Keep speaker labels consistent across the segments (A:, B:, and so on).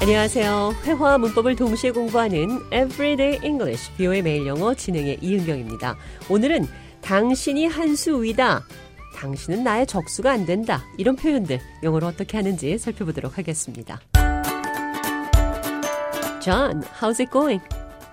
A: 안녕하세요. 회화와 문법을 동시에 공부하는 Everyday English, 비오의 매일 영어 진행의 이은경입니다. 오늘은 당신이 한 수 위다, 당신은 나의 적수가 안 된다, 이런 표현들 영어로 어떻게 하는지 살펴보도록 하겠습니다. John, how's it going?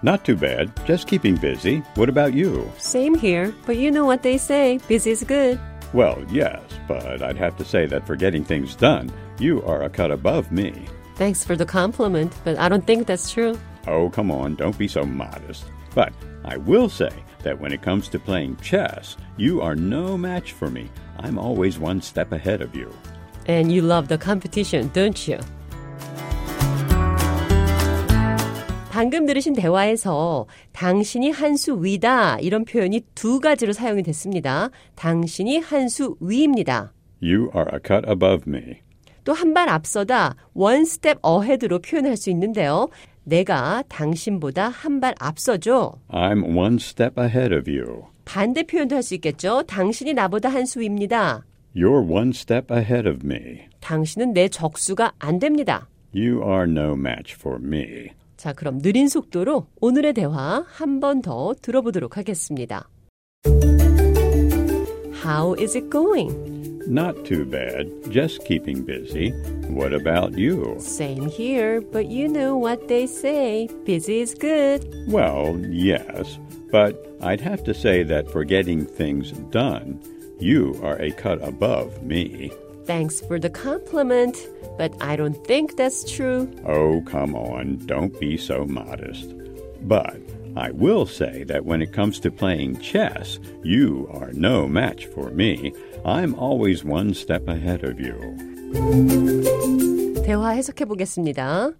B: Not too bad. Just keeping busy. What about you?
A: Same here, but you know what they say, busy is good.
B: Well, yes, but I'd have to say that for getting things done, you are a cut above me.
A: Thanks for the compliment, but I don't think that's true.
B: Oh, come on, don't be so modest. But I will say that when it comes to playing chess, you are no match for me. I'm always one step ahead of you.
A: And you love the competition, don't you? 방금 들으신 대화에서 당신이 한 수 위다 이런 표현이 두 가지로 사용이 됐습니다. 당신이 한 수 위입니다.
B: You are a cut above me.
A: 또 한 발 앞서다 one step ahead로 표현할 수 있는데요. 내가 당신보다 한 발 앞서죠.
B: I'm one step ahead of you.
A: 반대 표현도 할 수 있겠죠. 당신이 나보다 한 수 위입니다.
B: You're one step ahead of me.
A: 당신은 내 적수가 안 됩니다.
B: You are no match for me.
A: 자, 그럼 느린 속도로 오늘의 대화 한 번 더 들어보도록 하겠습니다. How is it going?
B: Not too bad. Just keeping busy. What about you?
A: Same here, but you know what they say. Busy is good.
B: Well, yes, but I'd have to say that for getting things done, you are a cut above me.
A: Thanks for the compliment, but I don't think that's true.
B: Oh, come on, don't be so modest. But I will say that when it comes to playing chess, you are no match for me. I'm always one step ahead of you.
A: 대화 해석해 보겠습니다.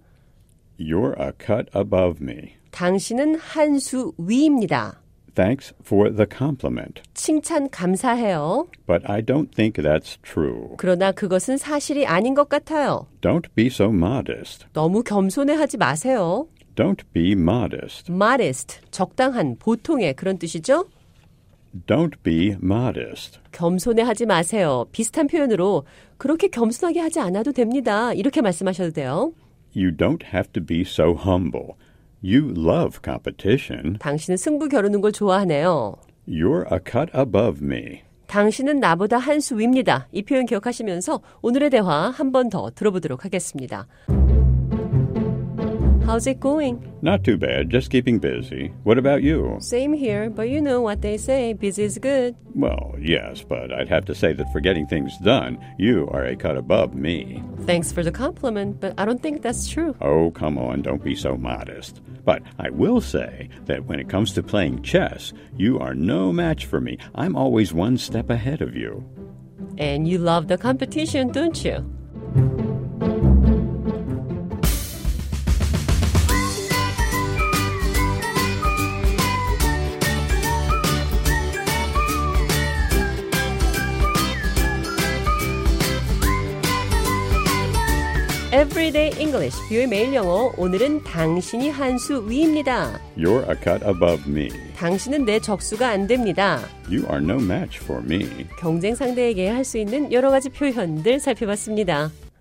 B: You're a cut above me.
A: 당신은 한 수 위입니다.
B: Thanks for the compliment,
A: 칭찬 감사해요.
B: but I don't think that's true.
A: 그러나 그것은 사실이 아닌 것 같아요.
B: Don't be so modest.
A: 너무 겸손해 하지 마세요.
B: Don't be modest.
A: modest, 적당한, 보통의 그런 뜻이죠?
B: Don't be modest.
A: 겸손해 하지 마세요. 비슷한 표현으로 그렇게 겸손하게 하지 않아도 됩니다. 이렇게 말씀하셔도 돼요.
B: You don't have to be so humble. You love competition.
A: 당신은 승부 겨루는 걸 좋아하네요.
B: You're a cut above me.
A: 당신은 나보다 한 수 위입니다. 이 표현 기억하시면서 오늘의 대화 한 번 더 들어보도록 하겠습니다. How's it going?
B: Not too bad, just keeping busy. What about you?
A: Same here, but you know what they say. Busy is good.
B: Well, yes, but I'd have to say that for getting things done, you are a cut above me.
A: Thanks for the compliment, but I don't think that's true.
B: Oh, come on, don't be so modest. But I will say that when it comes to playing chess, you are no match for me. I'm always one step ahead of you.
A: And you love the competition, don't you? Everyday English, 뷰의 매일 영어. 오늘은 당신이 한 수 위입니다.
B: You're a cut above me.
A: 당신은 내 적수가 안 됩니다.
B: You are no match for me.
A: 경쟁 상대에게 할 수 있는 여러 가지 표현들 살펴봤습니다.